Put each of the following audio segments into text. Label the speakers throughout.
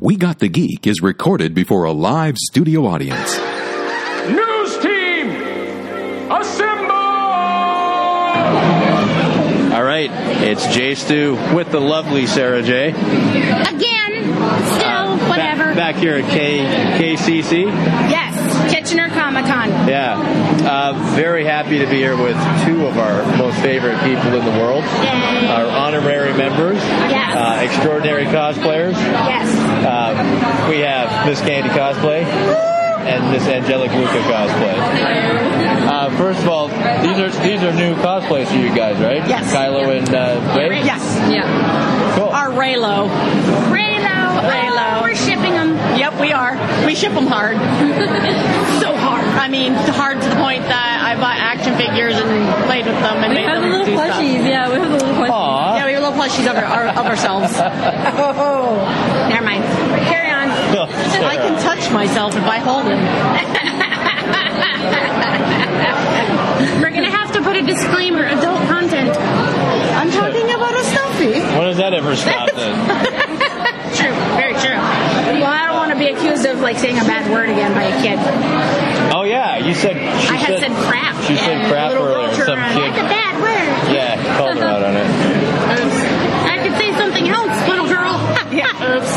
Speaker 1: We Got the Geek is recorded before a live studio audience.
Speaker 2: News team, assemble!
Speaker 3: All right, it's Jay Stu with the lovely Sarah J.
Speaker 4: Again, still, whatever.
Speaker 3: Back here at K- KCC.
Speaker 4: Yes, Kitchener Comic Con.
Speaker 3: Yeah. Uh, very happy to be here with two of our most favorite people in the world.
Speaker 4: Yay.
Speaker 3: Our honorary members.
Speaker 4: Yes.
Speaker 3: Uh, extraordinary cosplayers.
Speaker 4: Yes.
Speaker 3: Uh, we have Miss Candy Cosplay and Miss Angelic Luca Cosplay. Uh, first of all, these are these are new cosplays for you guys, right?
Speaker 5: Yes.
Speaker 3: Kylo and uh, Ray?
Speaker 5: Yes. Yeah.
Speaker 3: Cool.
Speaker 5: Our Raylo.
Speaker 4: Raylo.
Speaker 5: Raylo.
Speaker 4: Oh, we're shipping them.
Speaker 5: Yep, we are. We ship them hard. so hard. I mean, hard to the point that I bought action figures and played with them and
Speaker 6: We
Speaker 5: made
Speaker 6: have
Speaker 5: them
Speaker 6: little
Speaker 5: do stuff.
Speaker 6: plushies. Yeah, we have the little plushies.
Speaker 3: Aw.
Speaker 5: Yeah, we have little plushies of, our, of ourselves.
Speaker 4: Never mind. Carry on.
Speaker 5: I can touch myself if I hold it.
Speaker 4: We're gonna have to put a disclaimer: adult content.
Speaker 5: I'm talking about a selfie.
Speaker 3: When does that ever stop then?
Speaker 4: True. Very true. Well, I don't want to be accused of like saying a bad word again by a kid.
Speaker 3: Oh yeah, you said. She
Speaker 4: I had said, crap.
Speaker 3: She said
Speaker 4: and
Speaker 3: crap
Speaker 4: a little
Speaker 3: earlier, and
Speaker 4: vulture
Speaker 3: some
Speaker 4: and,
Speaker 3: kid-
Speaker 4: That's a bad word.
Speaker 3: Yeah, called her out on it.
Speaker 4: I could say something else, little girl.
Speaker 3: Aw,
Speaker 4: Oops.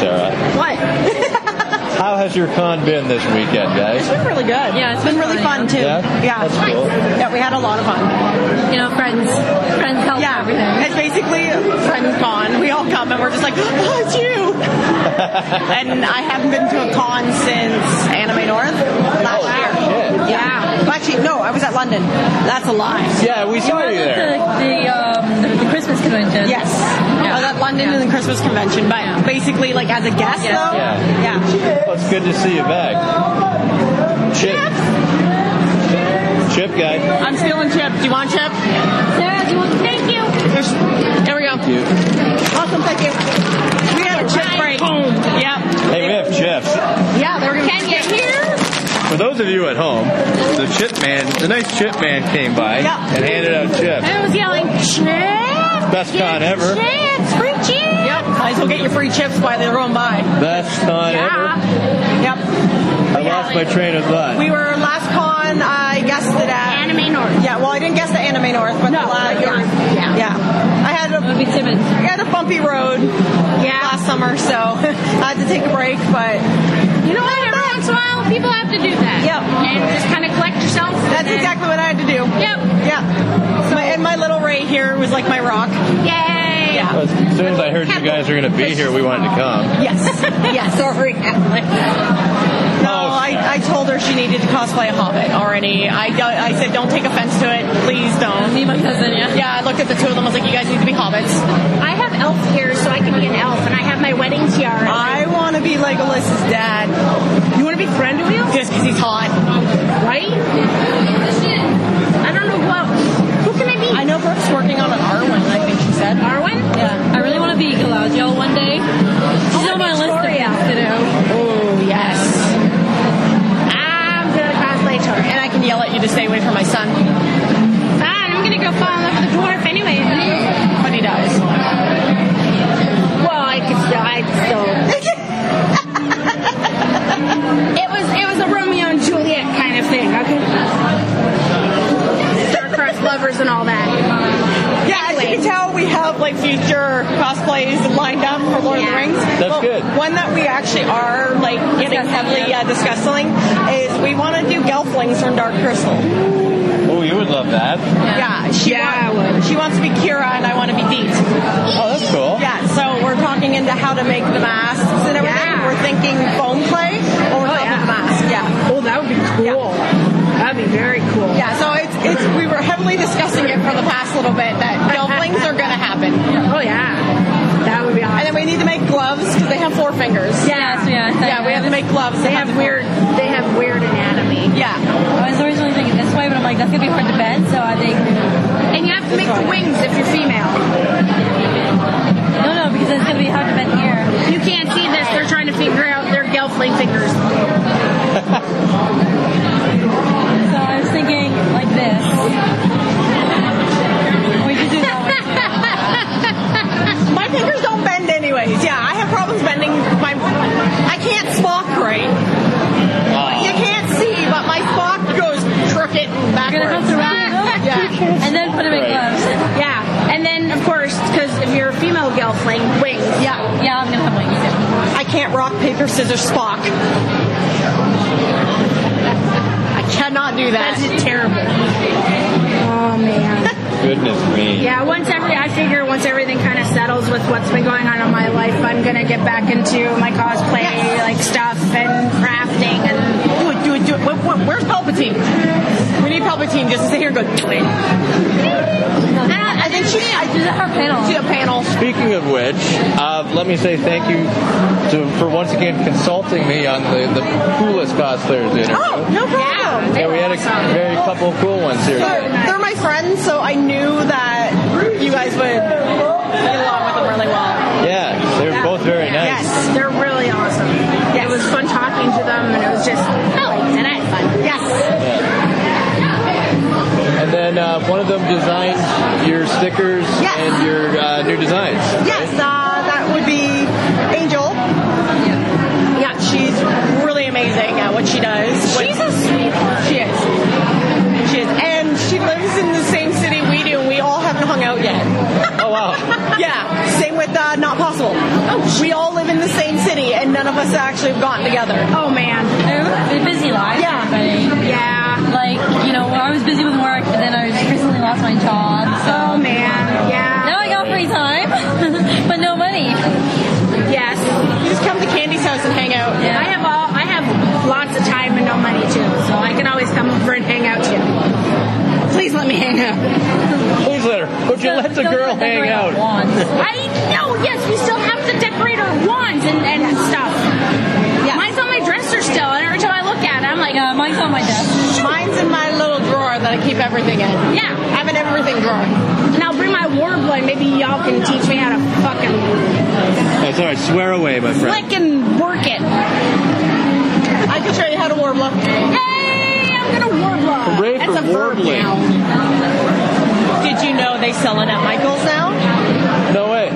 Speaker 3: Sarah.
Speaker 5: What? it's
Speaker 3: How has your con been this weekend, guys?
Speaker 5: been really good.
Speaker 6: Yeah, it's
Speaker 5: been,
Speaker 6: been
Speaker 5: really fun
Speaker 6: fun,
Speaker 5: too.
Speaker 3: Yeah?
Speaker 5: Yeah.
Speaker 3: That's cool.
Speaker 5: Yeah, we had a lot of fun.
Speaker 6: You know, friends. Friends help
Speaker 5: Yeah.
Speaker 6: everything.
Speaker 5: It's basically friends con. We all come and we're just like, oh, it's you. and I haven't been to a con since Anime North last year.
Speaker 3: shit.
Speaker 5: Yeah. Well, actually, no, I was at London. That's a lie.
Speaker 3: Yeah, we saw you
Speaker 6: The,
Speaker 3: there.
Speaker 6: the, um, the, the Christmas convention.
Speaker 5: Yes. I was at London and the Christmas convention, but basically, like, as a guest,
Speaker 6: Yeah.
Speaker 5: though.
Speaker 3: Yeah.
Speaker 5: Yeah.
Speaker 3: Well, it's good to see you back. Chip. Chip guy.
Speaker 5: I'm stealing Chip. Do you want Chip?
Speaker 4: Sarah, do you want- Thank you.
Speaker 5: There we go.
Speaker 3: Cute.
Speaker 5: Awesome, thank you. We had a chip break. Boom. Yep.
Speaker 3: Hey, we have chips.
Speaker 5: Yeah, they were going
Speaker 4: Can you hear?
Speaker 3: For those of you at home, the chip man, the nice chip man came by
Speaker 5: Yeah.
Speaker 3: and handed out chips.
Speaker 4: I was yelling, Chip!
Speaker 3: Best
Speaker 4: get
Speaker 3: con ever.
Speaker 4: Chips! Free chips!
Speaker 5: Yep. Might as well get your free chips while they're on by.
Speaker 3: Best con ever.
Speaker 5: Yep.
Speaker 3: I lost my train of thought.
Speaker 5: We were last con, I guessed it at.
Speaker 4: Anime North.
Speaker 5: Yeah, well, I didn't guess the Anime North, but the last year.
Speaker 4: yeah.
Speaker 5: Yeah. I had
Speaker 6: It would
Speaker 5: a,
Speaker 6: be Timmons.
Speaker 5: I had a bumpy road last summer, so I had to take a break, but
Speaker 4: You know what? Every once in a while, people have to do that.
Speaker 5: Yep.
Speaker 4: And just kind of collect yourself. and
Speaker 5: that's
Speaker 4: then-
Speaker 5: exactly what I had to do.
Speaker 4: Yep.
Speaker 5: Yeah. So, and my little Ray here was like my rock.
Speaker 4: Yay!
Speaker 5: Yeah.
Speaker 3: As soon as I heard you guys were going to be here, we wanted to come.
Speaker 5: Yes. Yes.
Speaker 6: Sorry,
Speaker 5: No, I, I told her she needed to cosplay a hobbit already. I, don't- I said, don't take offense to it. Please don't.
Speaker 6: Me and my cousin, yeah.
Speaker 5: Yeah, I looked at the two of them. I was like, you guys need to be hobbits.
Speaker 4: I have elf here, so I can be an elf, and I have my wedding tiara.
Speaker 5: I want to be Legolas's dad. You want to be friend with him? Just because he's hot.
Speaker 4: right? I don't know who else. Who can I be?
Speaker 5: I know Brooke's working on an Arwen, I think she said.
Speaker 4: Arwen?
Speaker 6: I really want to be Galadriel one day. She's on my list of things to do.
Speaker 5: Oh, yes.
Speaker 4: I'm gonna cosplay Tori.
Speaker 5: And I can yell at you to stay away from my son
Speaker 4: Fine, I'm gonna go fall in love with a dwarf anyway.
Speaker 5: when he dies.
Speaker 4: Well, I could still, I could still. it was, it was a Romeo and Juliet kind of thing. Okay. Star-crossed lovers and all that.
Speaker 5: Yeah, as you can tell, we have like future cosplays lined up for Lord of the
Speaker 4: Yeah.
Speaker 5: Rings.
Speaker 3: That's good.
Speaker 5: One that we actually are like getting heavily uh, discussing is we want to do Gelflings from Dark Crystal.
Speaker 3: Oh, you would love that.
Speaker 5: Yeah, she,
Speaker 4: Yeah, I
Speaker 5: wa-
Speaker 4: would.
Speaker 5: she wants to be Kira and I want to be Deet.
Speaker 3: Oh, that's cool.
Speaker 5: Yeah, so we're talking into how to make the masks and everything.
Speaker 4: Yeah.
Speaker 5: We're thinking foam clay or oh,
Speaker 4: yeah.
Speaker 5: the mask. Yeah.
Speaker 4: Oh, that would be cool. That'd be very cool.
Speaker 5: Yeah, so it's, it's we were heavily discussing it for the past little bit that Gelflings are going to happen.
Speaker 4: Oh yeah. That would be
Speaker 5: And then we need to make gloves because they have four fingers.
Speaker 6: Yeah, so yeah.
Speaker 5: Yeah, we have to make gloves.
Speaker 4: They have weird. They have weird anatomy.
Speaker 5: Yeah.
Speaker 6: I was originally thinking this way, but I'm like, that's gonna be hard to bend, so I think
Speaker 4: And you have to make the wings if you're female.
Speaker 6: no, no, because it's gonna be hard to bend here.
Speaker 4: You can't see this. They're trying to figure out their gelfling fingers.
Speaker 6: So I was thinking like this. We could do that.
Speaker 5: My fingers don't bend anyways. Yeah, I have problems bending my I can't Spock right. You can't see, but my Spock goes crooked and
Speaker 6: You're gonna
Speaker 5: backwards.
Speaker 6: have to remove those pictures and then put them in
Speaker 3: Right.
Speaker 6: gloves.
Speaker 4: Yeah, and then of course, because if you're a female gelfling, wings.
Speaker 5: yeah,
Speaker 6: Yeah, I'm gonna have wings.
Speaker 5: I can't rock paper scissors Spock. I cannot do that.
Speaker 4: That's terrible. Oh man.
Speaker 3: Goodness me.
Speaker 4: Yeah. Once every, I figure once everything kind of settles with what's been going on in my life, I'm gonna get back into my cosplay like stuff and crafting and.
Speaker 5: Do it, do it, do it. Wait, wait, where's Palpatine? We need Palpatine just to sit here and go. Do it.
Speaker 4: Uh,
Speaker 5: I think she. I
Speaker 6: She's at her panel.
Speaker 5: do a panel.
Speaker 3: Speaking of which, uh, let me say thank you to, for once again consulting me on the, the coolest cosplayers interview.
Speaker 5: Oh, no problem.
Speaker 3: yeah, we had a very couple cool ones here. today.
Speaker 5: They're, they're my friends, so I knew that you guys would get along with them really well.
Speaker 3: Yeah, they were both very nice.
Speaker 4: Yes, they're really awesome. It was fun talking to them, and it was just like, and I had fun. Yes.
Speaker 3: And then uh, one of them designed your stickers
Speaker 5: Yes.
Speaker 3: and your uh, new designs.
Speaker 5: Yes, uh, that would be Angel. Yeah, she's really amazing at what she does. She's a sweetheart. She is. She is, and she lives in the same city we do. and We all haven't hung out yet.
Speaker 3: Oh wow!
Speaker 5: Yeah, same with uh, Not Possible.
Speaker 4: Oh,
Speaker 5: we all live in the same city, and none of us actually have gotten together.
Speaker 4: Oh man.
Speaker 6: They're busy lives.
Speaker 5: Yeah.
Speaker 6: everybody.
Speaker 4: Yeah.
Speaker 6: Like, you know, I was busy with work, and then I recently lost my job,
Speaker 4: Oh
Speaker 6: so
Speaker 4: man. Yeah.
Speaker 6: now I got free time, but no money.
Speaker 4: Yes.
Speaker 5: You just come to Candy's house and hang out.
Speaker 4: I have all. I have lots of time and no money too, so I can always come over and hang out too. Please let me hang out.
Speaker 3: Please let her. Would you let the
Speaker 6: Don't
Speaker 3: girl hang
Speaker 6: decorate
Speaker 3: out?
Speaker 6: wands.
Speaker 4: I know. Yes, we still have the decorator wands and, and stuff. Mine's on my dresser still, and every time I look at it, I'm like,
Speaker 6: Yeah, mine's on my desk.
Speaker 5: Mine's in my little drawer that I keep everything in.
Speaker 4: oh, yeah.
Speaker 5: I have an everything drawer.
Speaker 4: And I'll bring my warbler, and maybe y'all can teach me how to fucking
Speaker 3: That's all right. Swear away, my friend.
Speaker 4: flick and work it.
Speaker 5: I can show you how to warble.
Speaker 4: Hey, I'm gonna warble.
Speaker 3: Hooray
Speaker 4: That's
Speaker 3: for
Speaker 4: a verb
Speaker 3: warbling.
Speaker 4: now.
Speaker 5: Did you know they sell it at Michael's now?
Speaker 3: No way.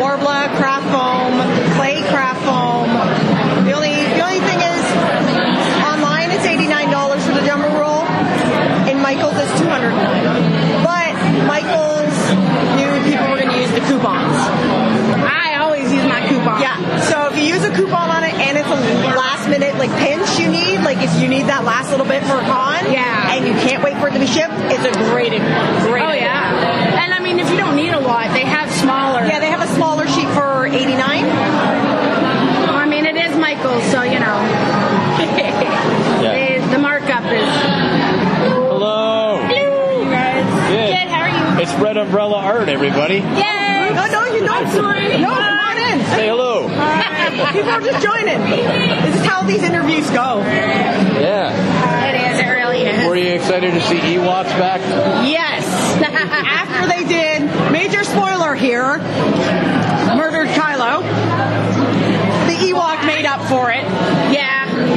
Speaker 5: Warbler, craft foam, clay craft foam. The only the only thing is online it's eighty nine dollars for the jumbo roll. In Michael's it's two hundred nine. But Michael's knew people were gonna use the coupons.
Speaker 4: I always use my coupon.
Speaker 5: Yeah. So if you use a coupon on it and it's a last minute like pinch you need, like if you need that last little bit for a con,
Speaker 4: Yeah.
Speaker 5: and you can't wait for it to be shipped, it's a great, great.
Speaker 4: Oh yeah. And I mean, if you don't need a lot, they have smaller.
Speaker 5: Yeah, they have a smaller sheet for 89.
Speaker 4: I mean, it is Michael's, so you know.
Speaker 3: Yeah.
Speaker 4: The- the markup is.
Speaker 3: Hello.
Speaker 4: Hello, you guys.
Speaker 3: Good.
Speaker 4: Good. How are you?
Speaker 3: It's Red Umbrella Art, everybody.
Speaker 4: Yay.
Speaker 5: No, no, you don't.
Speaker 4: sorry.
Speaker 5: No, come on in.
Speaker 3: Say hello.
Speaker 5: People are just joining. This is how these interviews go.
Speaker 3: Yeah.
Speaker 4: It is. It really is.
Speaker 3: Were you excited to see Ewoks back?
Speaker 5: Yes. After they did, major spoiler here, murdered Kylo. The Ewok made up for it.
Speaker 4: Yeah.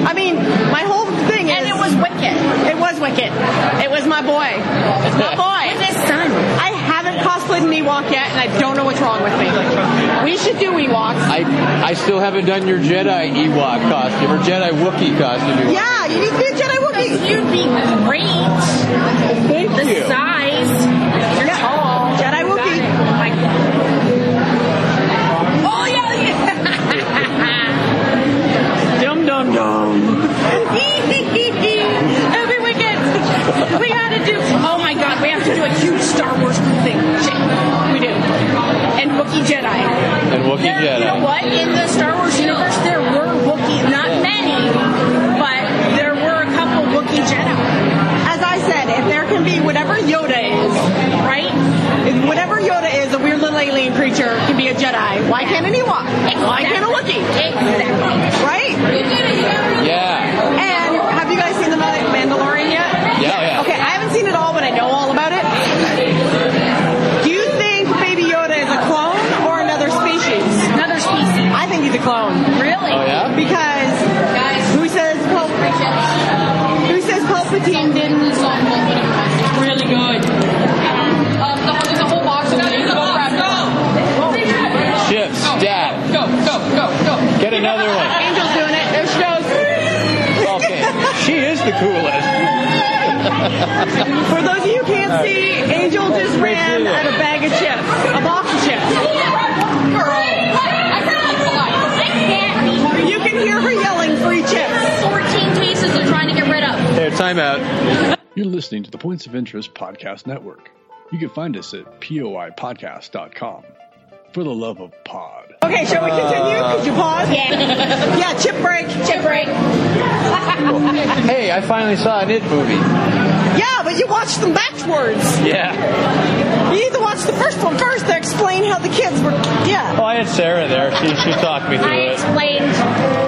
Speaker 5: I mean, my whole thing is.
Speaker 4: And it was wicked.
Speaker 5: It was wicked. It was my boy. It's my boy.
Speaker 4: And his son.
Speaker 5: I haven't cosplayed an Ewok yet, and I don't know what's wrong with me. We should do Ewoks.
Speaker 3: I I still haven't done your Jedi Ewok costume or Jedi Wookiee costume.
Speaker 5: Yeah, you need to be a Jedi Wookiee.
Speaker 4: You'd be great.
Speaker 3: Thank
Speaker 4: The
Speaker 3: you.
Speaker 4: size. You're tall.
Speaker 5: Jedi Wookiee.
Speaker 4: Oh my god. Oh yeah. yeah.
Speaker 5: Dum dum dum.
Speaker 4: Every weekend we gotta do. Oh my god, we have to do a huge Star Wars thing. Shit, we do. And Wookiee Jedi.
Speaker 3: And Wookiee
Speaker 4: There- You know
Speaker 3: Jedi.
Speaker 4: what? In the Star Wars universe, there were Wookiees. Not many, but there were a couple Wookiee Jedi,
Speaker 5: As I said, if there can be whatever Yoda is,
Speaker 4: right?
Speaker 5: if whatever Yoda is, a weird little alien creature can be a Jedi. Why can't an Ewok? Why can't a Wookiee?
Speaker 4: Exactly.
Speaker 5: Right?
Speaker 3: Yeah.
Speaker 5: And have you guys seen the Mandalorian yet?
Speaker 3: Yeah, yeah.
Speaker 5: Okay, I haven't seen it all, but I know all about it. Do you think Baby Yoda is a clone or another species?
Speaker 4: Another species.
Speaker 5: I think he's a clone
Speaker 4: Really?
Speaker 3: Oh yeah.
Speaker 5: because
Speaker 4: Guys,
Speaker 5: who says Pal- who says Palpatine didn't?
Speaker 7: really good.
Speaker 4: Uh,
Speaker 7: Um, the, there's a whole box of these. Go, go,
Speaker 3: Shift. Stat.
Speaker 7: go, go, go, go.
Speaker 3: Get a another one.
Speaker 5: Angel's doing it. There she goes.
Speaker 3: Okay. She is the coolest.
Speaker 5: For those of you who can't see, Angel just ran out of a bag of chips, a box of chips. You can hear her yelling free chips.
Speaker 3: There, time out.
Speaker 8: You're listening to the Points of Interest Podcast Network. You can find us at poipodcast.com. For the love of pod.
Speaker 5: Okay, shall we continue?
Speaker 3: Uh,
Speaker 5: Could you pause?
Speaker 4: Yeah.
Speaker 5: Yeah, chip break.
Speaker 4: Chip break.
Speaker 3: Hey, I finally saw an It movie.
Speaker 5: Yeah, but you watched them backwards.
Speaker 3: Yeah.
Speaker 5: You need to watch the first one first to explain how the kids were. Yeah.
Speaker 3: Well, Oh, I had Sarah there. She, she talked me
Speaker 4: I
Speaker 3: through it.
Speaker 4: explained.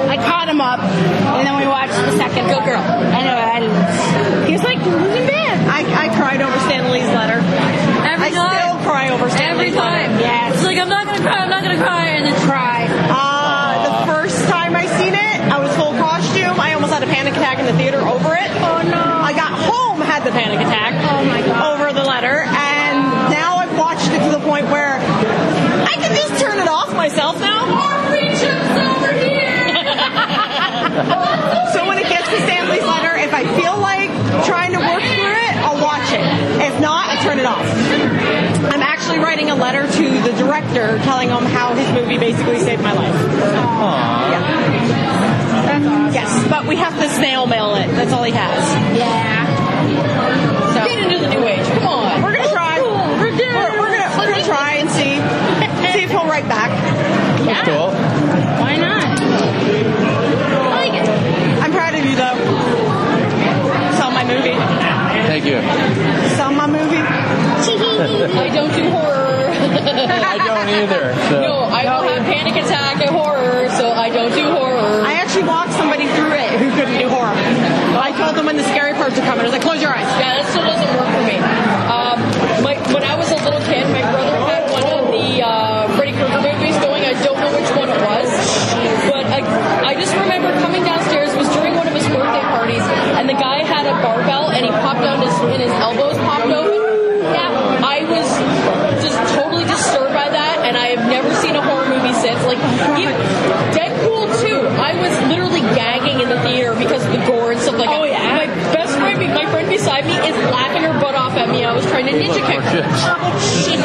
Speaker 4: I caught him up, and then we watched the second. Good girl. And, and he was like losing bad.
Speaker 5: I, I cried over Stan Lee's letter. I
Speaker 6: Every
Speaker 5: still
Speaker 6: time.
Speaker 5: cry over Stan
Speaker 6: Every
Speaker 5: Lee's letter.
Speaker 6: time.
Speaker 4: Yes.
Speaker 6: It's like, I'm not gonna cry, I'm not gonna cry, and then
Speaker 4: Try.
Speaker 5: Uh, the first time I seen it, I was full costume. I almost had a panic attack in the theater over it. Oh no! I got home, had the panic attack. Oh my god! Over the letter, and now I've watched it to the point where I can just turn it off myself now. So when it gets to Stanley's letter, if I feel like trying to work through it, I'll watch it. If not, I turn it off. I'm actually writing a letter to the director telling him how his movie basically saved my life. Yeah. Yes, but we have to snail mail it. That's all he has.
Speaker 4: Yeah.
Speaker 5: So
Speaker 7: Get into the new age. Come on.
Speaker 5: we're gonna try. We're, we're gonna we're gonna try and see see if he'll write back.
Speaker 3: That's cool.
Speaker 4: Why not? Oh,
Speaker 5: I'm proud of you though. Saw my movie.
Speaker 3: Thank you.
Speaker 5: Saw my movie.
Speaker 7: I don't do horror.
Speaker 3: I don't either. So.
Speaker 7: no, I will have panic attack at horror, so I don't do horror.
Speaker 5: I actually walked somebody through it who couldn't do horror. I told them when the scary parts are coming. I was like, close your eyes.
Speaker 7: Yeah, that still doesn't work for me. Um, my, when I was a little kid, my brother had one of the uh, Freddy Krueger movies going. I don't know which one it was, but I, I just remember coming downstairs it was during one of his birthday parties, and the guy had a barbell and he popped out his and his elbows popped open. Yeah, I was just totally disturbed by that, and I have never seen a horror movie since. Like even Deadpool 2, I was literally gagging in the theater because of the gore and stuff like that. Oh yeah. My best friend, my friend beside me, is laughing her butt off at me. I was trying to ninja kick her.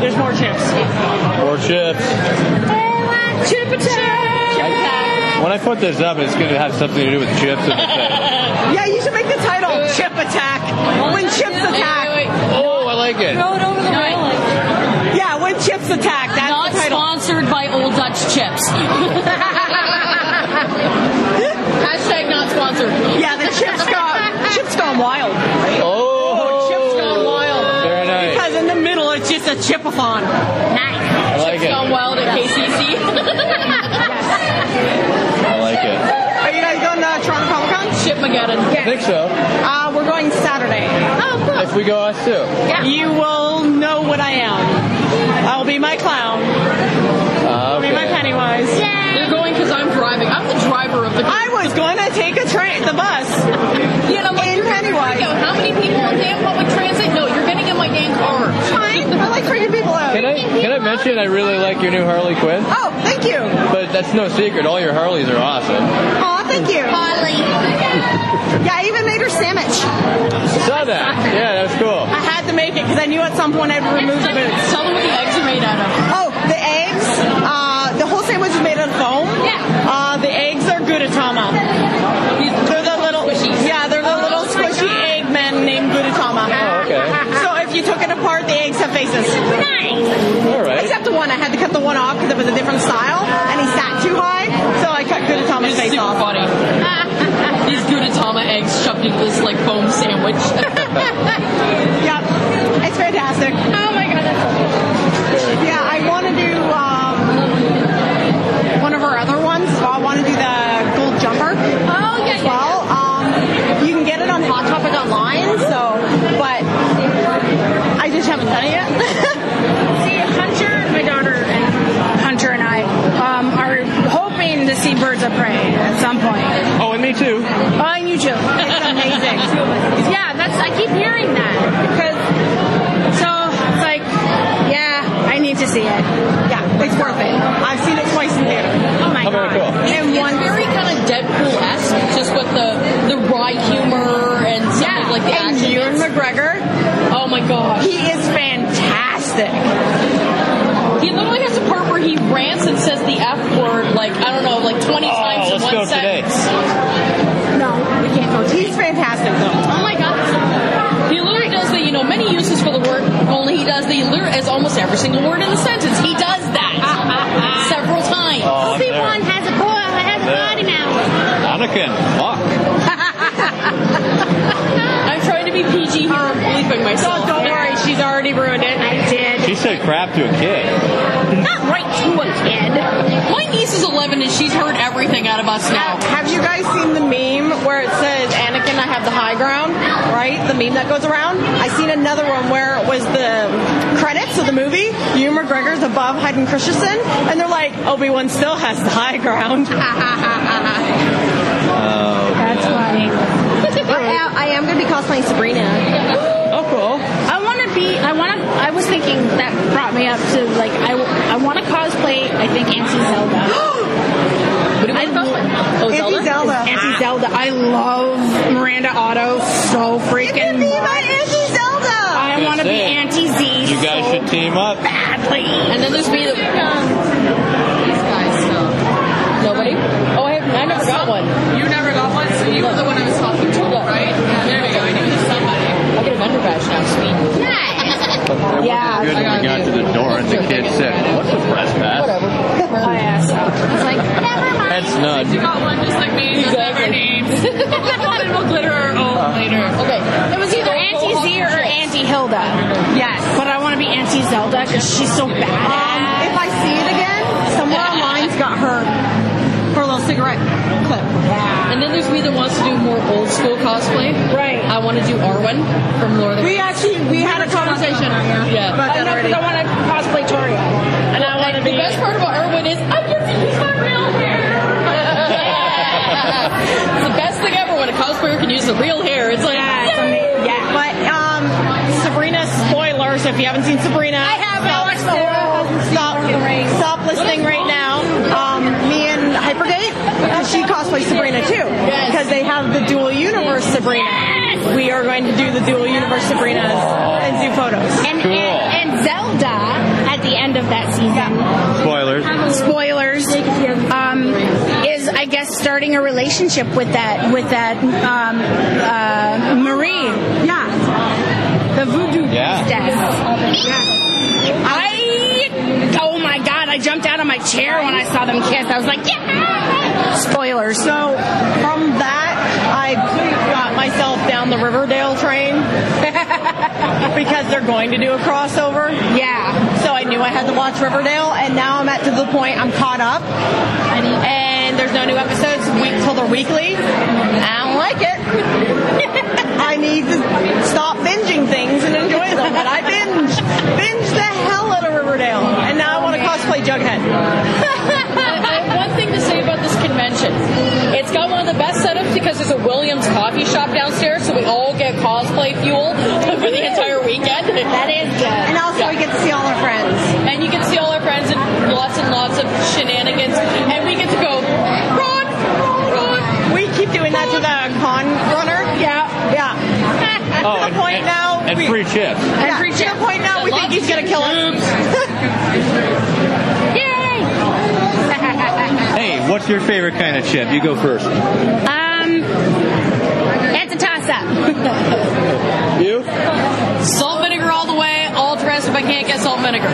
Speaker 5: There's more chips.
Speaker 3: More chips.
Speaker 4: Chip attack.
Speaker 3: I- when I put this up, it's going to have something to do with chips. And potato.
Speaker 5: Yeah, you should make the title Chip Attack. When chips Uh, attack.
Speaker 7: Wait, wait, wait.
Speaker 3: oh, I like it.
Speaker 6: throw it over the
Speaker 7: No, I-
Speaker 6: railing.
Speaker 5: Yeah, when chips attack. That's
Speaker 7: Not
Speaker 5: the title.
Speaker 7: sponsored by Old Dutch Chips. Hashtag not sponsored.
Speaker 5: Yeah, the chips gone. chips gone wild.
Speaker 3: Oh,
Speaker 5: Chips gone wild.
Speaker 3: Very nice.
Speaker 5: Because in the middle, it's just a chipathon.
Speaker 4: Nice.
Speaker 3: I like
Speaker 7: Chips gone
Speaker 3: it.
Speaker 7: wild at KCC.
Speaker 3: I like it.
Speaker 5: Are you guys going to Toronto Comic Con?
Speaker 7: Chipmageddon.
Speaker 3: I think so.
Speaker 5: Uh, we're going Saturday.
Speaker 3: If we go, us too.
Speaker 5: You will know what I am. I will be my clown.
Speaker 3: Uh,
Speaker 5: I'll be my
Speaker 3: okay.
Speaker 5: Pennywise.
Speaker 7: They're going because I'm driving. I'm the driver of the.
Speaker 5: I was going to take a train, the bus.
Speaker 7: Yeah, and I'm like,
Speaker 5: In
Speaker 7: you're gonna
Speaker 5: Pennywise.
Speaker 7: freak out. How many people on damn public transit? No, you're gonna get my damn car.
Speaker 5: Fine. I like freaking people out.
Speaker 3: Can I can I mention I really like your new Harley Quinn?
Speaker 5: Oh, thank you.
Speaker 3: But that's no secret. All your Harleys are awesome.
Speaker 5: Aw, thank you. Yeah, I even made her sandwich.
Speaker 3: I saw that. Yeah, that's cool.
Speaker 5: I had to make it because I knew at some point I'd remove the boots.
Speaker 7: Tell them what the eggs are made out of.
Speaker 5: Oh, the eggs. Uh, the whole sandwich is made out of foam.
Speaker 7: Yeah.
Speaker 5: Uh, the eggs are Gudetama. They're the little Yeah, they're
Speaker 7: Oh
Speaker 5: the little squishy egg men named Gudetama.
Speaker 3: Oh, Okay.
Speaker 5: So if you took it apart, the eggs have faces.
Speaker 3: All right.
Speaker 5: Except the one, I had to cut the one off because it was a different style, and he sat too high, so I cut Gudetama's
Speaker 7: It's
Speaker 5: face
Speaker 7: super
Speaker 5: off.
Speaker 7: funny. These Gudetama eggs shoved into this like foam sandwich.
Speaker 5: Yep, it's fantastic.
Speaker 7: oh my god, that's
Speaker 5: Yeah, I want to do um, one of our other ones. I want to do the gold jumper.
Speaker 7: Oh, yeah,
Speaker 5: as
Speaker 7: yeah,
Speaker 5: well. Um, you can get it on Hot Topic online. So, but I just haven't done it yet.
Speaker 4: See, Hunter, my daughter, and Hunter and I um, are hoping to see Birds of Prey at some point
Speaker 3: Oh, and me too.
Speaker 4: on YouTube.
Speaker 5: it's amazing.
Speaker 4: Yeah, that's I Oh
Speaker 3: very cool.
Speaker 4: And
Speaker 7: It's
Speaker 4: one.
Speaker 7: very kind of Deadpool esque, just with the the wry humor and some of, like the
Speaker 4: and
Speaker 7: action.
Speaker 4: Ewan
Speaker 7: bits.
Speaker 4: McGregor,
Speaker 7: oh my gosh,
Speaker 4: he is fantastic.
Speaker 7: he literally has a part where he rants and says the f word like I don't know, like twenty times
Speaker 3: Oh,
Speaker 7: in
Speaker 3: let's
Speaker 7: one
Speaker 3: go today.
Speaker 7: sentence.
Speaker 4: No, we can't go.
Speaker 5: He's fantastic though.
Speaker 7: Oh my god. He literally does the, you know, many uses for the word, only he does the literally as almost every single word in the sentence. He does that several times.
Speaker 3: Oh, there.
Speaker 4: has a boy, has a
Speaker 3: There. body
Speaker 4: now.
Speaker 3: Anakin, fuck.
Speaker 7: I'm trying to be PG here, I'm bleeping myself.
Speaker 4: Don't worry, she's already ruined it. I did.
Speaker 3: She said crap to a kid.
Speaker 4: Not right to a kid.
Speaker 7: My niece is 11 and she's heard everything out of us now.
Speaker 5: Have you guys seen the meme where it says Anakin, I have the high ground? Right, the meme that goes around. I seen another one where it was the credits of the movie. Ewan McGregor's above Hayden Christensen, and they're like, Obi Wan still has the high ground.
Speaker 4: That's funny.
Speaker 5: I am going to be cosplaying Sabrina.
Speaker 3: Oh, cool.
Speaker 4: I want to be. I want to. I was thinking that brought me up to like. I, I want to cosplay. I think Auntie Zelda. I love
Speaker 7: Oh,
Speaker 5: Auntie
Speaker 7: Zelda?
Speaker 5: Zelda.
Speaker 4: Auntie Zelda. I love Miranda Otto so freaking
Speaker 5: Be
Speaker 4: much.
Speaker 5: my Auntie Zelda.
Speaker 4: I want to be
Speaker 3: Say,
Speaker 4: Auntie Z.
Speaker 3: You guys
Speaker 4: so
Speaker 3: should team up.
Speaker 4: badly.
Speaker 7: And then there's me. These
Speaker 9: um,
Speaker 7: guys, Nobody? Oh, I, have, I never got one.
Speaker 9: You never got one, so you were the one I was talking to, right? Yeah, there we go. I knew there's somebody.
Speaker 7: I get a vendor badge now, sweet.
Speaker 4: Yeah.
Speaker 9: I got
Speaker 7: got
Speaker 9: you.
Speaker 7: to the door and the kid said,
Speaker 3: What's a press pass?
Speaker 4: My ass. I was like, never mind.
Speaker 3: That's none.
Speaker 9: You got one just like me, just never
Speaker 7: Exactly.
Speaker 9: named. Woman will glitter her own later.
Speaker 7: Okay.
Speaker 4: It was either Auntie Z or Auntie Hilda.
Speaker 5: Yes. Um,
Speaker 4: But I want to be Auntie Zelda because she's so badass.
Speaker 5: If I see it again, somewhere online's got her her little cigarette clip.
Speaker 7: And then there's me that wants to do more old school cosplay.
Speaker 4: Right.
Speaker 7: I want to do Arwen from Lord of the
Speaker 5: We actually we had a conversation.
Speaker 7: Yeah.
Speaker 5: About that
Speaker 4: No,
Speaker 5: already.
Speaker 4: because I want to cosplay Toria. And I want to
Speaker 7: The
Speaker 4: be.
Speaker 7: best part about Arwen is I get to use my real hair. it's the best thing ever when a cosplayer can use the real hair. It's like
Speaker 4: Yeah, it's
Speaker 7: yay!
Speaker 4: amazing. Yeah.
Speaker 5: But um, Sabrina, spoilers if you haven't seen Sabrina. I
Speaker 4: haven't. I watched the whole-
Speaker 5: Stop, stop listening right now. Um, me and Hypergate, uh, she cosplays Sabrina too because they have the dual universe Sabrina. We are going to do the dual universe Sabrinas and do photos.
Speaker 4: And,
Speaker 3: Cool.
Speaker 4: and, and Zelda at the end of that season.
Speaker 3: Spoilers.
Speaker 4: Spoilers. Um, is I guess starting a relationship with that with that um, uh, Marie,
Speaker 5: Yeah,
Speaker 4: the voodoo
Speaker 3: Yeah.
Speaker 4: priestess. I oh my god! I jumped out of my chair when I saw them kiss. I was like, yeah. Spoilers.
Speaker 5: So from that, I got myself down the Riverdale train because they're going to do a crossover.
Speaker 4: Yeah.
Speaker 5: So I knew I had to watch Riverdale, and now I'm at to the point I'm caught up. And there's no new episodes week till they're weekly. I don't like it. I need to stop binging things and enjoy them. But I binge, binge the hell out of Riverdale, and now I want to cosplay Jughead.
Speaker 7: I have one thing to say about this convention. It's got one of the best setups because there's a Williams coffee shop downstairs, so we all get cosplay fuel for the entire weekend. That is good.
Speaker 5: And also, I get to see all our friends.
Speaker 7: and you can see all our friends and lots and lots of shenanigans, and we get to go run, run.
Speaker 5: We keep doing that to the con runner.
Speaker 4: Yeah.
Speaker 5: Yeah.
Speaker 3: Oh,
Speaker 5: To
Speaker 3: and,
Speaker 5: the point
Speaker 3: and-
Speaker 5: now,
Speaker 3: and
Speaker 5: we-
Speaker 3: free chips.
Speaker 5: yeah. To the point now, we think he's gonna kill us.
Speaker 4: Yay.
Speaker 3: Hey, what's your favorite kind of chip? You go first.
Speaker 4: Um, it's a toss up.
Speaker 3: You?
Speaker 7: Salt vinegar all the way. All the rest if I can't get salt vinegar.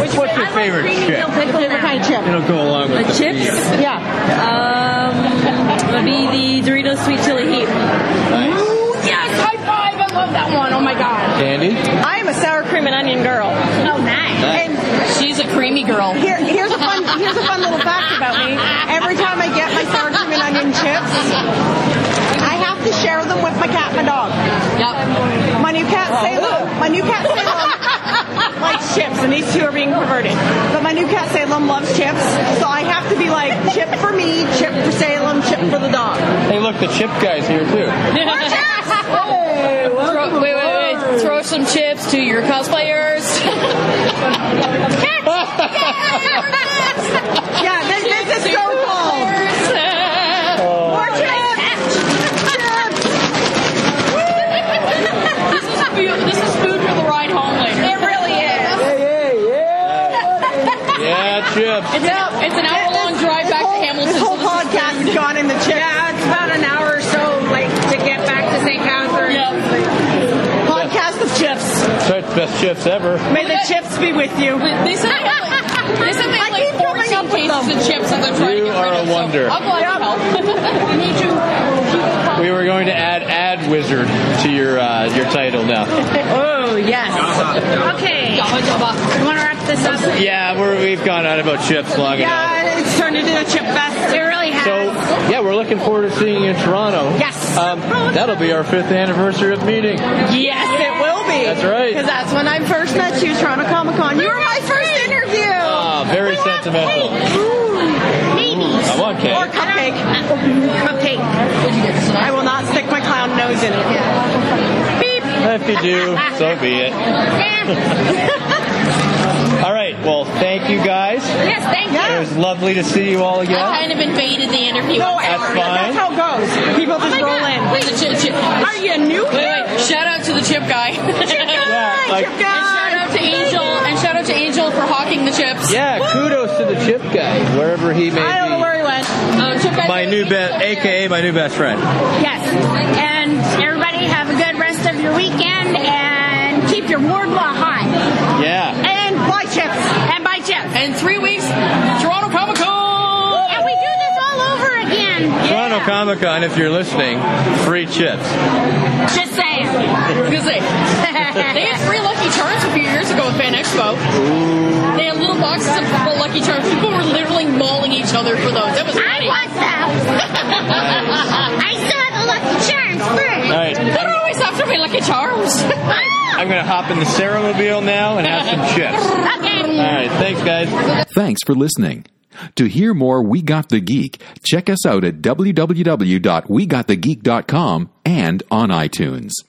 Speaker 3: Which what's your favorite chip?
Speaker 5: Favorite kind of chip?
Speaker 3: It'll go along with the
Speaker 10: Chips
Speaker 5: Yeah.
Speaker 10: um, would be the Doritos sweet chili heat.
Speaker 4: Yes, high five! I love that one. Oh my god.
Speaker 3: Candy?
Speaker 5: I am a sour cream and onion girl.
Speaker 4: Oh, nice.
Speaker 5: And
Speaker 7: She's a creamy girl.
Speaker 5: Here, here's a fun here's a fun little fact about me. Every time I get my sour cream and onion chips, I have to share them with my cat, and my dog.
Speaker 7: Yep. Oh.
Speaker 5: My new cat Salem. My new cat Salem likes chips, and these two are being perverted. But my new cat Salem loves chips, so I have to be like chip for me, chip for Salem, chip for the dog.
Speaker 3: Hey, look, the chip guy's here too.
Speaker 7: Throw, wait, wait, wait. Throw some chips to your cosplayers.
Speaker 5: Yeah, this, this is so cool.
Speaker 7: It's, an, it's an hour long drive back to Hamilton.
Speaker 5: This whole podcast has gone in the chip.
Speaker 4: Yeah, it's about an hour or so like to get back to St. Catharines.
Speaker 5: Podcast of chips.
Speaker 3: Sorry, best chips ever.
Speaker 5: May the chips be with you.
Speaker 7: But They said they had like, they said they had like 14 cases of chips that they're trying
Speaker 3: You
Speaker 7: to get
Speaker 3: are
Speaker 7: rid
Speaker 3: a
Speaker 7: of. so
Speaker 3: wonder.
Speaker 7: I'm glad you helped.
Speaker 3: We were going to add ad wizard to your uh, your title now.
Speaker 4: Oh
Speaker 3: Uh-huh.
Speaker 4: yes. Okay.
Speaker 7: Java, Java.
Speaker 4: You want to wrap this up?
Speaker 3: Yeah, we're, we've gone on about chips long enough.
Speaker 5: Yeah, it's turned into a chip fest.
Speaker 4: It really has.
Speaker 3: So yeah, we're looking forward to seeing you in Toronto.
Speaker 4: Yes.
Speaker 3: Um, that'll be our fifth anniversary of meeting.
Speaker 5: Yes, it will be.
Speaker 3: That's right.
Speaker 5: Because that's when I first met you, Toronto Comic Con. You were my first interview.
Speaker 3: Ah, very sentimental. I want
Speaker 5: Or
Speaker 3: cake.
Speaker 4: Cupcake.
Speaker 5: cupcake. I will not stick my clown nose in it.
Speaker 4: Beep.
Speaker 3: If you do, so be it. All right. Well, thank you guys.
Speaker 4: yes, thank you.
Speaker 3: It was lovely to see you all
Speaker 7: I
Speaker 3: again.
Speaker 7: kind of invaded the interview.
Speaker 5: No,
Speaker 7: Wait,
Speaker 5: that's,
Speaker 3: fine.
Speaker 5: that's how it goes. People just roll in.
Speaker 7: wait, the chip, chip.
Speaker 5: Are you new
Speaker 7: Wait,
Speaker 5: here?
Speaker 7: wait. Shout out to the chip guy.
Speaker 3: Yeah,
Speaker 5: Hi,
Speaker 3: like-
Speaker 5: chip
Speaker 7: And
Speaker 5: guy.
Speaker 7: shout out to Angel. And shout out to Angel for hawking the chips.
Speaker 3: Yeah, kudos to the chip guy, wherever he may
Speaker 5: I don't know
Speaker 3: be.
Speaker 5: where he went.
Speaker 7: Um, chip guy
Speaker 3: My new best, aka my new best friend.
Speaker 4: Yes. And everybody have a good rest of your weekend and keep your Wardlaw high.
Speaker 3: Yeah.
Speaker 5: And buy chips.
Speaker 4: And buy chips.
Speaker 7: And three weeks, Toronto Comic Con.
Speaker 4: And we do this all over again.
Speaker 3: Toronto Comic Con, if you're listening, free chips.
Speaker 4: Just saying.
Speaker 7: Because they, they had free Lucky Charms a few years ago at Fan Expo. They had little boxes of full Lucky Charms. People were literally mauling each other for those. That was
Speaker 4: I
Speaker 7: funny.
Speaker 4: want those. I still have the Lucky Charms first. Ah!
Speaker 3: All right.
Speaker 7: They were always after me Lucky Charms.
Speaker 3: I'm going to hop in the Saramobile now and have some chips.
Speaker 4: Okay.
Speaker 3: All right. Thanks, guys.
Speaker 1: Thanks for listening. To hear more We Got the Geek, check us out at www.wegotthegeek.com and on iTunes.